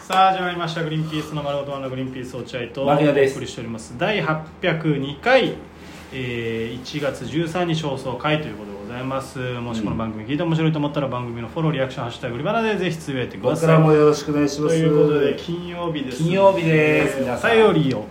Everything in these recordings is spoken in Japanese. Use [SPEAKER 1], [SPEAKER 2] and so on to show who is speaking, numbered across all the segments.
[SPEAKER 1] さあ始まりました「グリーンピースの丸ごとワンダグリーンピース落合」とお
[SPEAKER 2] 牧野
[SPEAKER 1] 送
[SPEAKER 2] です
[SPEAKER 1] りしております第802回、えー1月13日放送回ということでございますもしこの番組聞いて面白いと思ったら番組のフォローリアクション「ハッシュタググリバナ」でぜひつぶやいてくだ
[SPEAKER 2] 僕
[SPEAKER 1] さ
[SPEAKER 2] らも
[SPEAKER 1] い
[SPEAKER 2] よろしくお願いします
[SPEAKER 1] ということで金曜日です
[SPEAKER 2] 金曜日です
[SPEAKER 1] え
[SPEAKER 2] 皆さん
[SPEAKER 1] ーお便りを見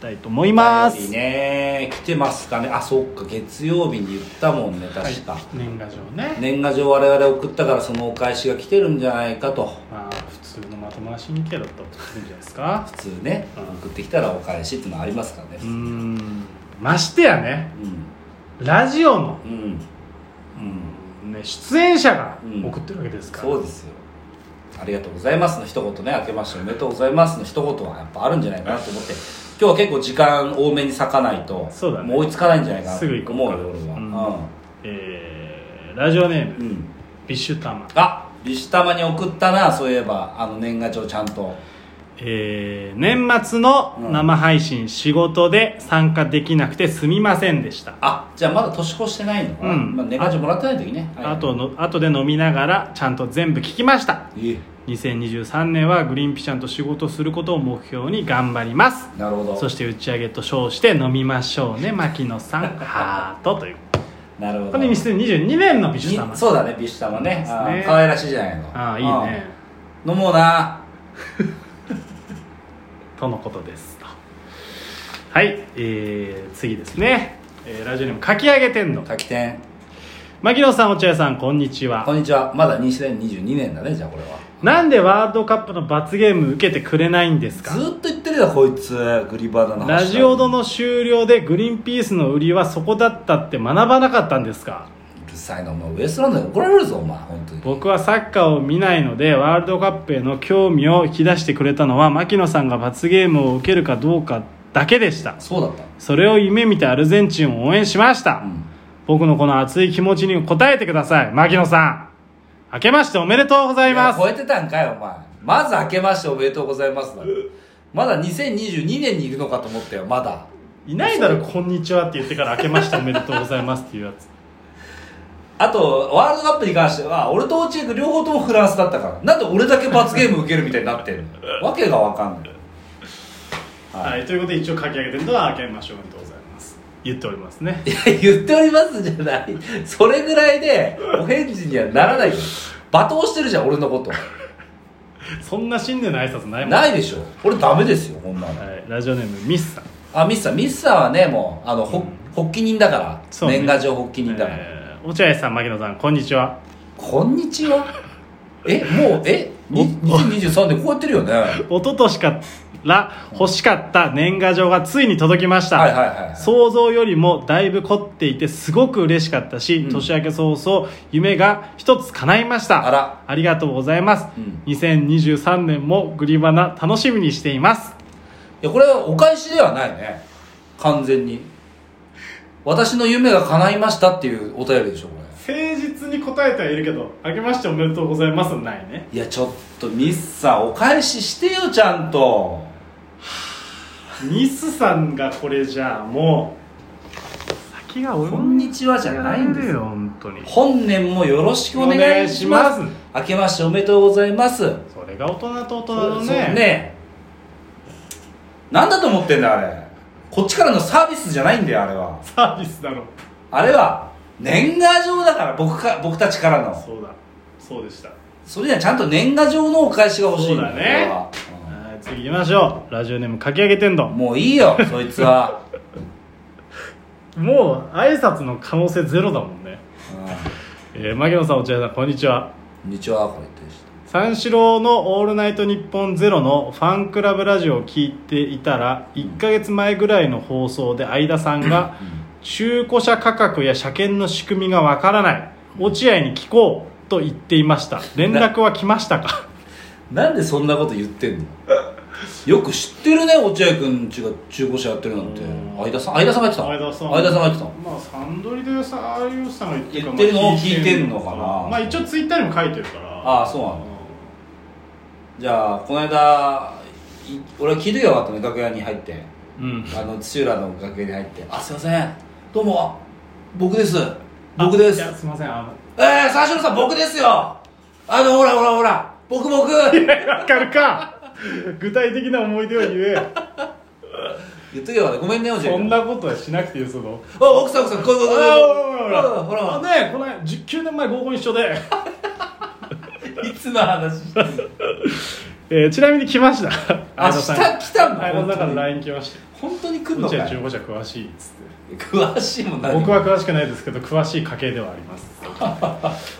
[SPEAKER 1] たいと思います
[SPEAKER 2] お便りね来てますかねあそっか月曜日に言ったもんね確か、
[SPEAKER 1] はい、年賀状ね
[SPEAKER 2] 年賀状我々送ったからそのお返しが来てるんじゃないかと
[SPEAKER 1] まあ普通のまともな神経だったら作ってるんじゃないですか
[SPEAKER 2] 普通ね
[SPEAKER 1] うん
[SPEAKER 2] 送ってきたらお返しっていうのはありますからね
[SPEAKER 1] うーんましてやね
[SPEAKER 2] うん
[SPEAKER 1] ラジオの、
[SPEAKER 2] うんうん
[SPEAKER 1] ね、出演者が
[SPEAKER 2] うん
[SPEAKER 1] 送ってるわけですから、
[SPEAKER 2] そうですよありがとうございますの一言ね明けましておめでとうございますの一言はやっぱあるんじゃないかなと思って今日は結構時間多めに割かないと
[SPEAKER 1] そうだね
[SPEAKER 2] もう追いつかないんじゃないかな
[SPEAKER 1] すぐ行こう
[SPEAKER 2] 思う
[SPEAKER 1] か
[SPEAKER 2] よ俺は
[SPEAKER 1] えーラジオネー
[SPEAKER 2] う
[SPEAKER 1] ム
[SPEAKER 2] ん、うん
[SPEAKER 1] ビッシュタマ
[SPEAKER 2] あビシュタマに送ったなそういえばあの年賀状ちゃんと
[SPEAKER 1] えー年末の生配信仕事で参加できなくてすみませんでした、
[SPEAKER 2] あじゃあまだ年越してないのかな、
[SPEAKER 1] うん
[SPEAKER 2] まあ、年賀状もらってない時ねはい
[SPEAKER 1] あとの後で飲みながらちゃんと全部聞きました
[SPEAKER 2] いえ
[SPEAKER 1] 2023年はグリーンピちゃんと仕事することを目標に頑張ります
[SPEAKER 2] なるほど
[SPEAKER 1] そして打ち上げと称して飲みましょうね牧野さんハートという
[SPEAKER 2] なるほど
[SPEAKER 1] これ2022年の美術様
[SPEAKER 2] にそうだねビシュタマね
[SPEAKER 1] すね
[SPEAKER 2] あー可愛らしいじゃないの
[SPEAKER 1] ああいいね
[SPEAKER 2] うん飲もうな
[SPEAKER 1] とのことですとはい、えー、次ですね、えーラジオネームかき上げ天の
[SPEAKER 2] 滝天
[SPEAKER 1] 牧野さん落合さんこんにちは
[SPEAKER 2] こんにちはまだ2022年だねじゃあこれは
[SPEAKER 1] なんでワールドカップの罰ゲーム受けてくれないんですか
[SPEAKER 2] ずーっと言ってるよこいつグリバナの話
[SPEAKER 1] ラジオドの終了でグリーンピースの売りはそこだったって学ばなかったんですか
[SPEAKER 2] うるさいなお前ウエストランドに怒られるぞお前本当に
[SPEAKER 1] 僕はサッカーを見ないのでワールドカップへの興味を引き出してくれたのは牧野さんが罰ゲームを受けるかどうかだけでした
[SPEAKER 2] そうだった
[SPEAKER 1] それを夢見てアルゼンチンを応援しました、
[SPEAKER 2] うん
[SPEAKER 1] 僕のこの熱い気持ちに応えてください牧野さん明けましておめでとうございます
[SPEAKER 2] いや超えてたんかいお前まず明けましておめでとうございますだまだ2022年にいるのかと思ったよまだ
[SPEAKER 1] いないだろ「こんにちは」って言ってから「明けましておめでとうございます」っていうや つ
[SPEAKER 2] あとワールドカップに関しては俺とオチエク両方ともフランスだったからなんで俺だけ罰ゲーム受けるみたいになってんのわけがわかんない
[SPEAKER 1] はい、ということで一応書き上げてるのは「明けましておめでとうございます」言っておりますね
[SPEAKER 2] いや言っておりますじゃないそれぐらいでお返事にはならないよ罵倒してるじゃん俺のこと
[SPEAKER 1] そんな新年の挨拶ないもん、は
[SPEAKER 2] ないでしょ俺ダメですよこんな
[SPEAKER 1] い、
[SPEAKER 2] の
[SPEAKER 1] ラジオネームミスさん
[SPEAKER 2] あミスさんミスさんはねもうあの、ほ発起人だから、
[SPEAKER 1] そうね
[SPEAKER 2] 年賀状発起人だから、
[SPEAKER 1] えー、落合さん牧野さんこんにちは
[SPEAKER 2] こんにちはえもうえに2023でこうやってるよねはい
[SPEAKER 1] 一昨年から欲しかった年賀状がついに届きました、
[SPEAKER 2] はいはい
[SPEAKER 1] 想像よりもだいぶ凝っていてすごく嬉しかったし、
[SPEAKER 2] うん
[SPEAKER 1] 年明け早々夢が一つ叶いました
[SPEAKER 2] あら
[SPEAKER 1] りがとうございます、
[SPEAKER 2] うん
[SPEAKER 1] 2023年もグリバナ楽しみにしています
[SPEAKER 2] いやこれはお返しではないね完全に私の夢が叶いましたっていうお便りでしょこれ
[SPEAKER 1] 誠実に答えてはいるけど「明けましておめでとうございます」ないね
[SPEAKER 2] いやちょっとミスさんお返ししてよちゃんと
[SPEAKER 1] ミスさんがこれじゃあもう先がお
[SPEAKER 2] こんにちはじゃないんですよ
[SPEAKER 1] よ本当に
[SPEAKER 2] 本年もよろしくお願いします
[SPEAKER 1] お願いし
[SPEAKER 2] 明けましておめでとうございます
[SPEAKER 1] それが大人と大人
[SPEAKER 2] そう
[SPEAKER 1] のね
[SPEAKER 2] ねなんだと思ってんだあれこっちからのサービスじゃないんだよあれは
[SPEAKER 1] サービスだろ
[SPEAKER 2] あれは年賀状だから僕か僕たちからの
[SPEAKER 1] そうだそうでした
[SPEAKER 2] それにはちゃんと年賀状のお返しが欲しいんよ
[SPEAKER 1] そうだね
[SPEAKER 2] 俺は
[SPEAKER 1] はい次行きましょうラジオネームかき上げ天
[SPEAKER 2] うん
[SPEAKER 1] 丼
[SPEAKER 2] もういいよそいつは、
[SPEAKER 1] もう挨拶の可能性ゼロだもんね、
[SPEAKER 2] うん、
[SPEAKER 1] えー、牧野さん落合さんこんにちは
[SPEAKER 2] こんにちはこれとし
[SPEAKER 1] 三四郎の「オールナイトニッポンゼロのファンクラブラジオを聞いていたら1ヶ月前ぐらいの放送で相田さんが中古車価格や車検の仕組みがわからない落合に聞こうと言っていました連絡は来ましたか
[SPEAKER 2] てなんでそんなこと言ってんのよく知ってるね落合君ちが中古車やってるなんて
[SPEAKER 1] うん
[SPEAKER 2] 相田さん相田さんが言ってたの相田さんが言ってたの
[SPEAKER 1] まあサンドリでさああいうさんが言って
[SPEAKER 2] るから言ってるのを聞いてんのかな
[SPEAKER 1] まあ一応ツイッターにも書いてるから
[SPEAKER 2] ああそうなのじゃあこの間い俺は聞いときゃよかったね楽屋に入って
[SPEAKER 1] うん
[SPEAKER 2] あの土浦の楽屋に入って「あすいませんどうも僕です僕です
[SPEAKER 1] あいやすいませんあの
[SPEAKER 2] えー、三四郎さん僕ですよあのほらほらほら僕僕言
[SPEAKER 1] わかるか具体的な思い出を言え
[SPEAKER 2] っとけばごめんねおじい
[SPEAKER 1] そん
[SPEAKER 2] あ
[SPEAKER 1] なことはしなくていいよその
[SPEAKER 2] 奥さん奥さんこういうこと
[SPEAKER 1] あ
[SPEAKER 2] ほらほら
[SPEAKER 1] ねこの間19年前合コン一緒で、
[SPEAKER 2] いつの話してんの
[SPEAKER 1] えーちなみに来ました
[SPEAKER 2] あ
[SPEAKER 1] 相田さん
[SPEAKER 2] 下来たんだ
[SPEAKER 1] 相田さんか
[SPEAKER 2] 本当
[SPEAKER 1] ら
[SPEAKER 2] に
[SPEAKER 1] LINE 来ました
[SPEAKER 2] 本当に来ん
[SPEAKER 1] う
[SPEAKER 2] の
[SPEAKER 1] ち
[SPEAKER 2] か
[SPEAKER 1] は
[SPEAKER 2] い
[SPEAKER 1] 中古車詳しいっつって
[SPEAKER 2] 詳しいもん何も
[SPEAKER 1] 僕は詳しくないですけど詳しい家系ではあります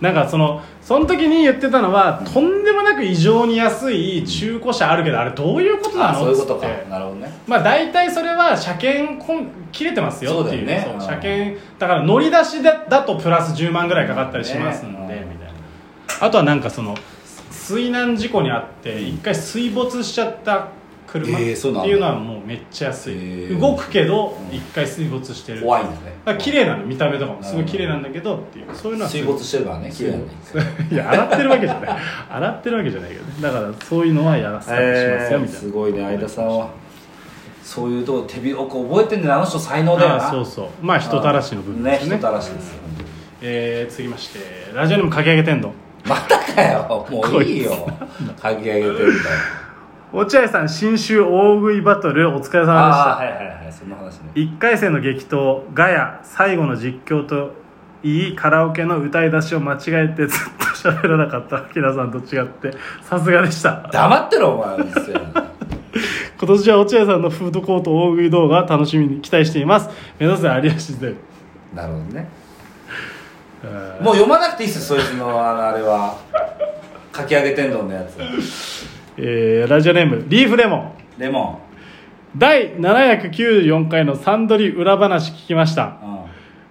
[SPEAKER 1] なんかそのその時に言ってたのはとんでもなく異常に安い中古車あるけどあれどういうことな
[SPEAKER 2] あ
[SPEAKER 1] の
[SPEAKER 2] そういうことか
[SPEAKER 1] っつって
[SPEAKER 2] なるほどね
[SPEAKER 1] まあ大体それは車検こん切れてますよっていう
[SPEAKER 2] そうだよねうん
[SPEAKER 1] 車検だから乗り出しだだとプラス10万ぐらいかかったりしますんで、
[SPEAKER 2] ねうん
[SPEAKER 1] みたいなあとはなんかその水難事故にあって一回水没しちゃった車っ
[SPEAKER 2] え
[SPEAKER 1] てい
[SPEAKER 2] ーそうなんだ
[SPEAKER 1] うのはもうめっちゃ安い、
[SPEAKER 2] えー
[SPEAKER 1] 動くけど
[SPEAKER 2] うん
[SPEAKER 1] 一回水没してる
[SPEAKER 2] 怖いんだね
[SPEAKER 1] だから綺麗なの見た目とかもすごい綺麗なんだけどっていうそういうのは
[SPEAKER 2] 水没してるからね綺麗なんだ一 回
[SPEAKER 1] いや洗ってるわけじゃない 洗ってるわけじゃないけどねだからそういうのはやらせたりしますよみたいな、
[SPEAKER 2] すごいね相田さんはそういうとこ手広く覚えてんだよあの人才能だよ
[SPEAKER 1] あ
[SPEAKER 2] な
[SPEAKER 1] あそうそうまあ人たらしの部分ですね
[SPEAKER 2] 人たらしですよ
[SPEAKER 1] えー、続きましてラジオネームかき上げ天丼
[SPEAKER 2] またかよもういいよかき上げてるんだよ
[SPEAKER 1] 落合さん新州大食いバトルお疲れ様でし
[SPEAKER 2] ああ
[SPEAKER 1] た
[SPEAKER 2] はいはいはいそんな話ね
[SPEAKER 1] 1回戦の激闘ガヤ最後の実況といいカラオケの歌い出しを間違えてずっと 喋らなかったアキラさんと違ってさすがでした
[SPEAKER 2] 黙ってろお前うるせえな
[SPEAKER 1] 今年は落合さんのフードコート大食い動画楽しみに期待しています目指せ有吉で
[SPEAKER 2] なるほどね
[SPEAKER 1] えー
[SPEAKER 2] もう読まなくていいっすそいつのあのあれはかき揚げ天丼のやつ
[SPEAKER 1] えーラジオネームリーフレモン
[SPEAKER 2] レモ
[SPEAKER 1] 第794回のサンドリ裏話聞きました
[SPEAKER 2] ン、うん、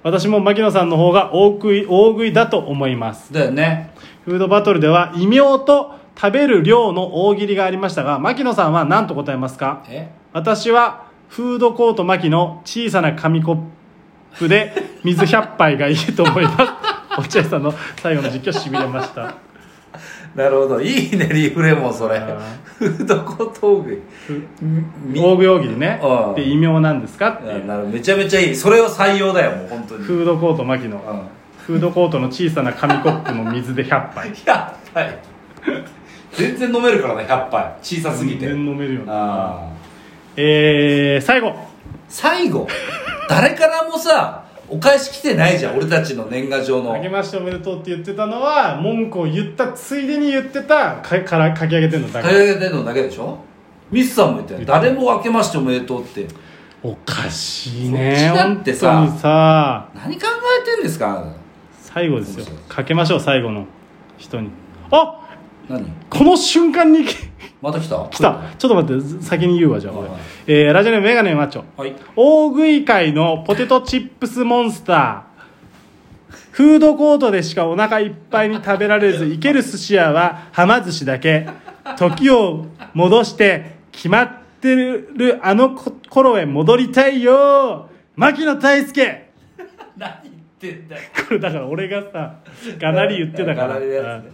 [SPEAKER 1] 私も牧野さんの方が大食い大食いだと思います
[SPEAKER 2] だよね
[SPEAKER 1] フードバトルでは異名と食べる量の大喜利がありましたが牧野さんは何と答えますか
[SPEAKER 2] え
[SPEAKER 1] 私はフードコート牧野小さな紙コップで水100杯がいいと思い ます落合さんの最後の実況しびれました
[SPEAKER 2] なるほどいいねリーフレモンそれ
[SPEAKER 1] あ
[SPEAKER 2] フードコート大食いみ
[SPEAKER 1] 大食い大喜利ね
[SPEAKER 2] うん
[SPEAKER 1] で異名なんですかって
[SPEAKER 2] う
[SPEAKER 1] い
[SPEAKER 2] ん
[SPEAKER 1] う
[SPEAKER 2] なるほどめちゃめちゃいいそれは採用だよもう本当にうん
[SPEAKER 1] フードコート牧野フードコートの小さな紙コップの水で100杯
[SPEAKER 2] 100杯全然飲めるからね100杯小さすぎて
[SPEAKER 1] 全然飲めるような
[SPEAKER 2] ああ
[SPEAKER 1] えー、最後
[SPEAKER 2] 最後誰からもさお返し来てないじゃん俺たちの年賀状の
[SPEAKER 1] あげましておめでとうって言ってたのは文句を言ったついでに言ってたかから書き上げてんのだ
[SPEAKER 2] か
[SPEAKER 1] け
[SPEAKER 2] き上げてんのだけでしょミスさんも言ったよ誰も明けましておめでとうって
[SPEAKER 1] おかしい
[SPEAKER 2] こっちだってさ
[SPEAKER 1] 本当にさ
[SPEAKER 2] 何考えてんですかあなた
[SPEAKER 1] 最後ですよかけましょう最後の人にあ
[SPEAKER 2] 何
[SPEAKER 1] この瞬間に来
[SPEAKER 2] また来た
[SPEAKER 1] たちょっと待ってず先に言うわじゃあ俺、
[SPEAKER 2] はい
[SPEAKER 1] えーラジオネームメガネマッチョ
[SPEAKER 2] はい
[SPEAKER 1] 大食い界のポテトチップスモンスターフードコートでしかお腹いっぱいに食べられずいける寿司屋ははま寿司だけ時を戻して決まってるあのこ頃へ戻りたいよ牧野大輔
[SPEAKER 2] 何言ってんだよ
[SPEAKER 1] これだから俺がさがなり言ってたか
[SPEAKER 2] が
[SPEAKER 1] ら
[SPEAKER 2] なりのやつね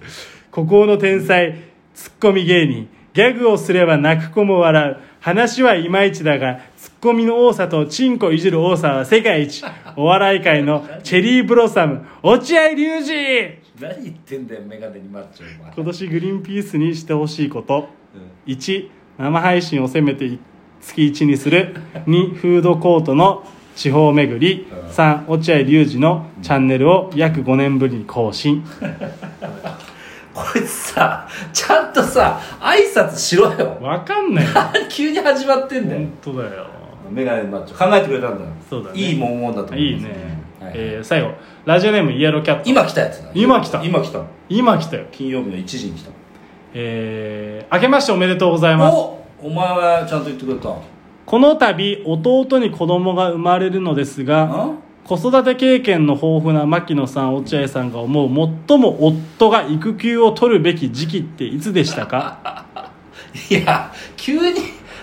[SPEAKER 1] 孤高の天才ツッコミ芸人ギャグをすれば泣く子も笑う話はいまいちだがツッコミの多さとチンコいじる多さは世界一お笑い界のチェリーブロッサム落合隆二
[SPEAKER 2] 何言ってんだよメガネにマッチョお前
[SPEAKER 1] 今年グリーンピースにしてほしいこと1生配信をせめて月1にす る2フードコートの地方巡り
[SPEAKER 2] うん
[SPEAKER 1] 3落合隆二のチャンネルを約5年ぶりに更新
[SPEAKER 2] こいつさちゃんとさ挨拶しろよ
[SPEAKER 1] わかんないよ
[SPEAKER 2] 急に始まってんだよ
[SPEAKER 1] 本当だよ
[SPEAKER 2] メガネマッチョ考えてくれたんだよ
[SPEAKER 1] そうだね
[SPEAKER 2] いい文言だと思う
[SPEAKER 1] いいね、
[SPEAKER 2] はい
[SPEAKER 1] えー最後ラジオネームイエローキャット
[SPEAKER 2] 今来たやつだ
[SPEAKER 1] 今来た
[SPEAKER 2] 今来た
[SPEAKER 1] 今来たよ
[SPEAKER 2] 金曜日の1時に来た
[SPEAKER 1] えー、明けましておめでとうございます
[SPEAKER 2] おお前はちゃんと言ってくれた
[SPEAKER 1] この度弟に子供が生まれるのですが
[SPEAKER 2] ん
[SPEAKER 1] 子育て経験の豊富な牧野さん落合さんが思う最も夫が育休を取るべき時期っていつでしたか
[SPEAKER 2] いや急に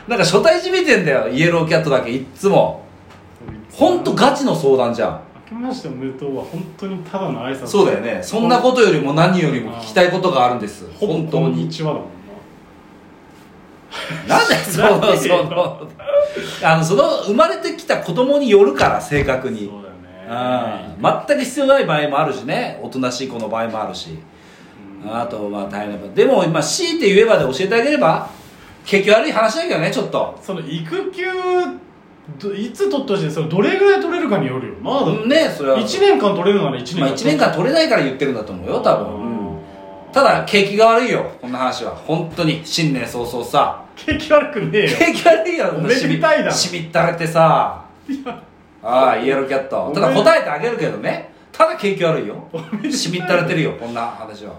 [SPEAKER 2] なんか初対じめてんだよイエローキャットだけいっつも 本当ガチの相談じゃん
[SPEAKER 1] 明けましておめでとうは本当にただの挨拶
[SPEAKER 2] そうだよねそんなことよりも何よりも聞きたいことがあるんです
[SPEAKER 1] ほぼ
[SPEAKER 2] 本当
[SPEAKER 1] こんに
[SPEAKER 2] に
[SPEAKER 1] ちはだもんな
[SPEAKER 2] なんだよそのそのあのその生まれてきた子供によるから正確に
[SPEAKER 1] そうだよね
[SPEAKER 2] うん全く必要ない場合もあるしねおとなしい子の場合もあるし
[SPEAKER 1] う
[SPEAKER 2] あとまあ大変だけどでも今強いて言えばで教えてあげれば景気悪い話だけどねちょっと
[SPEAKER 1] その育休どいつ取ってほしいそれどれぐらい取れるかによるよなだって
[SPEAKER 2] ねそれは
[SPEAKER 1] 1年間取れるなら1年
[SPEAKER 2] まあ、1年間取れないから言ってるんだと思うよ多分、ただ景気が悪いよこんな話は本当に新年早々さ
[SPEAKER 1] 景気悪くねえよ
[SPEAKER 2] 景気悪いよ
[SPEAKER 1] おめでたいだろ
[SPEAKER 2] しみったれてさああイエローキャット
[SPEAKER 1] おめ
[SPEAKER 2] た
[SPEAKER 1] で
[SPEAKER 2] だ答えてあげるけどねただ景気悪いよ
[SPEAKER 1] めでたい
[SPEAKER 2] しみったれてるよこんな話は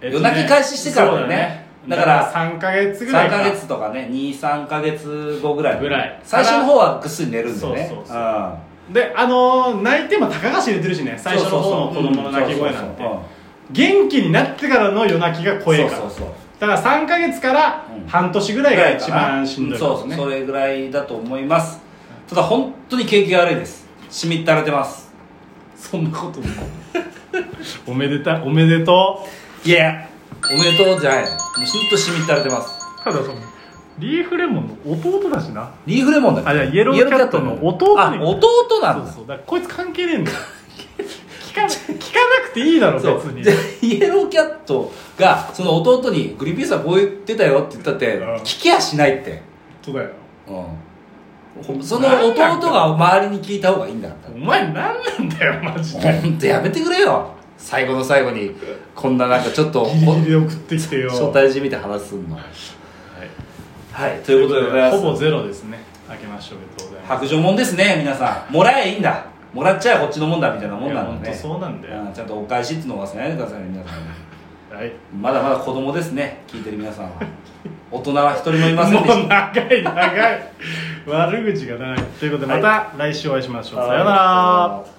[SPEAKER 1] えっ
[SPEAKER 2] 夜
[SPEAKER 1] とね
[SPEAKER 2] 泣き開始してからだよね
[SPEAKER 1] そう
[SPEAKER 2] だ
[SPEAKER 1] だ
[SPEAKER 2] か
[SPEAKER 1] からら3か月ぐら
[SPEAKER 2] 3
[SPEAKER 1] いか
[SPEAKER 2] ヶ月とかね23ヶ月後ぐらい
[SPEAKER 1] ぐらい
[SPEAKER 2] 最初の方はぐっすり寝るんでね
[SPEAKER 1] そうそうそ
[SPEAKER 2] ん
[SPEAKER 1] であのー泣いても高橋入れてるしね最初の方の子供の泣き声なんて元気になってからの夜泣きが
[SPEAKER 2] 声
[SPEAKER 1] 声
[SPEAKER 2] が
[SPEAKER 1] が
[SPEAKER 2] そうそうそう
[SPEAKER 1] だから3か月から
[SPEAKER 2] うん
[SPEAKER 1] 半年ぐらいが一番しんどい
[SPEAKER 2] そうそうそれぐらいだと思いますただ本当に景気が悪いですしみったれてますそんなことない
[SPEAKER 1] おめでたいおめでとう
[SPEAKER 2] いやおめでとうじゃないもう本当しみったれてます
[SPEAKER 1] ただそのリーフレモンの弟だしな
[SPEAKER 2] リーフレモンだ
[SPEAKER 1] あじゃあイエローキャットの弟
[SPEAKER 2] あ
[SPEAKER 1] に
[SPEAKER 2] 弟なん
[SPEAKER 1] そう
[SPEAKER 2] だ
[SPEAKER 1] そうだからこいつ関係ねえんだよ聞かな聞かなくていいだろ別
[SPEAKER 2] そう
[SPEAKER 1] に
[SPEAKER 2] でイエローキャットがその弟に「グリーンピースはこう言ってたよ」って言ったって
[SPEAKER 1] うん
[SPEAKER 2] 聞きやしないって
[SPEAKER 1] そうだよ
[SPEAKER 2] うんその弟が周りに聞いた方がいいんだった
[SPEAKER 1] お前何なんだよマジで
[SPEAKER 2] ほんとやめてくれよ最後の最後にこんななんかちょっと
[SPEAKER 1] ギリギリで送ってきてよ
[SPEAKER 2] 招待辞みて話すんのはい、ということでございます
[SPEAKER 1] ほぼゼロですね明けましておめでとうございます
[SPEAKER 2] 白状もんですね皆さんもらえばいいんだもらっちゃえこっちのもんだみたいなも
[SPEAKER 1] い
[SPEAKER 2] んな
[SPEAKER 1] や
[SPEAKER 2] ん
[SPEAKER 1] 本
[SPEAKER 2] で
[SPEAKER 1] 当
[SPEAKER 2] ね
[SPEAKER 1] そうなんだよ
[SPEAKER 2] うんちゃんとお返しっていうのを忘れないでくださいね皆さんね
[SPEAKER 1] はい
[SPEAKER 2] まだまだ子供ですね聞いてる皆さんは大人は一人もいませんで
[SPEAKER 1] も
[SPEAKER 2] し
[SPEAKER 1] う長い長い悪口が長いということでまた来週お会いしましょう、
[SPEAKER 2] た
[SPEAKER 1] さようなら
[SPEAKER 2] い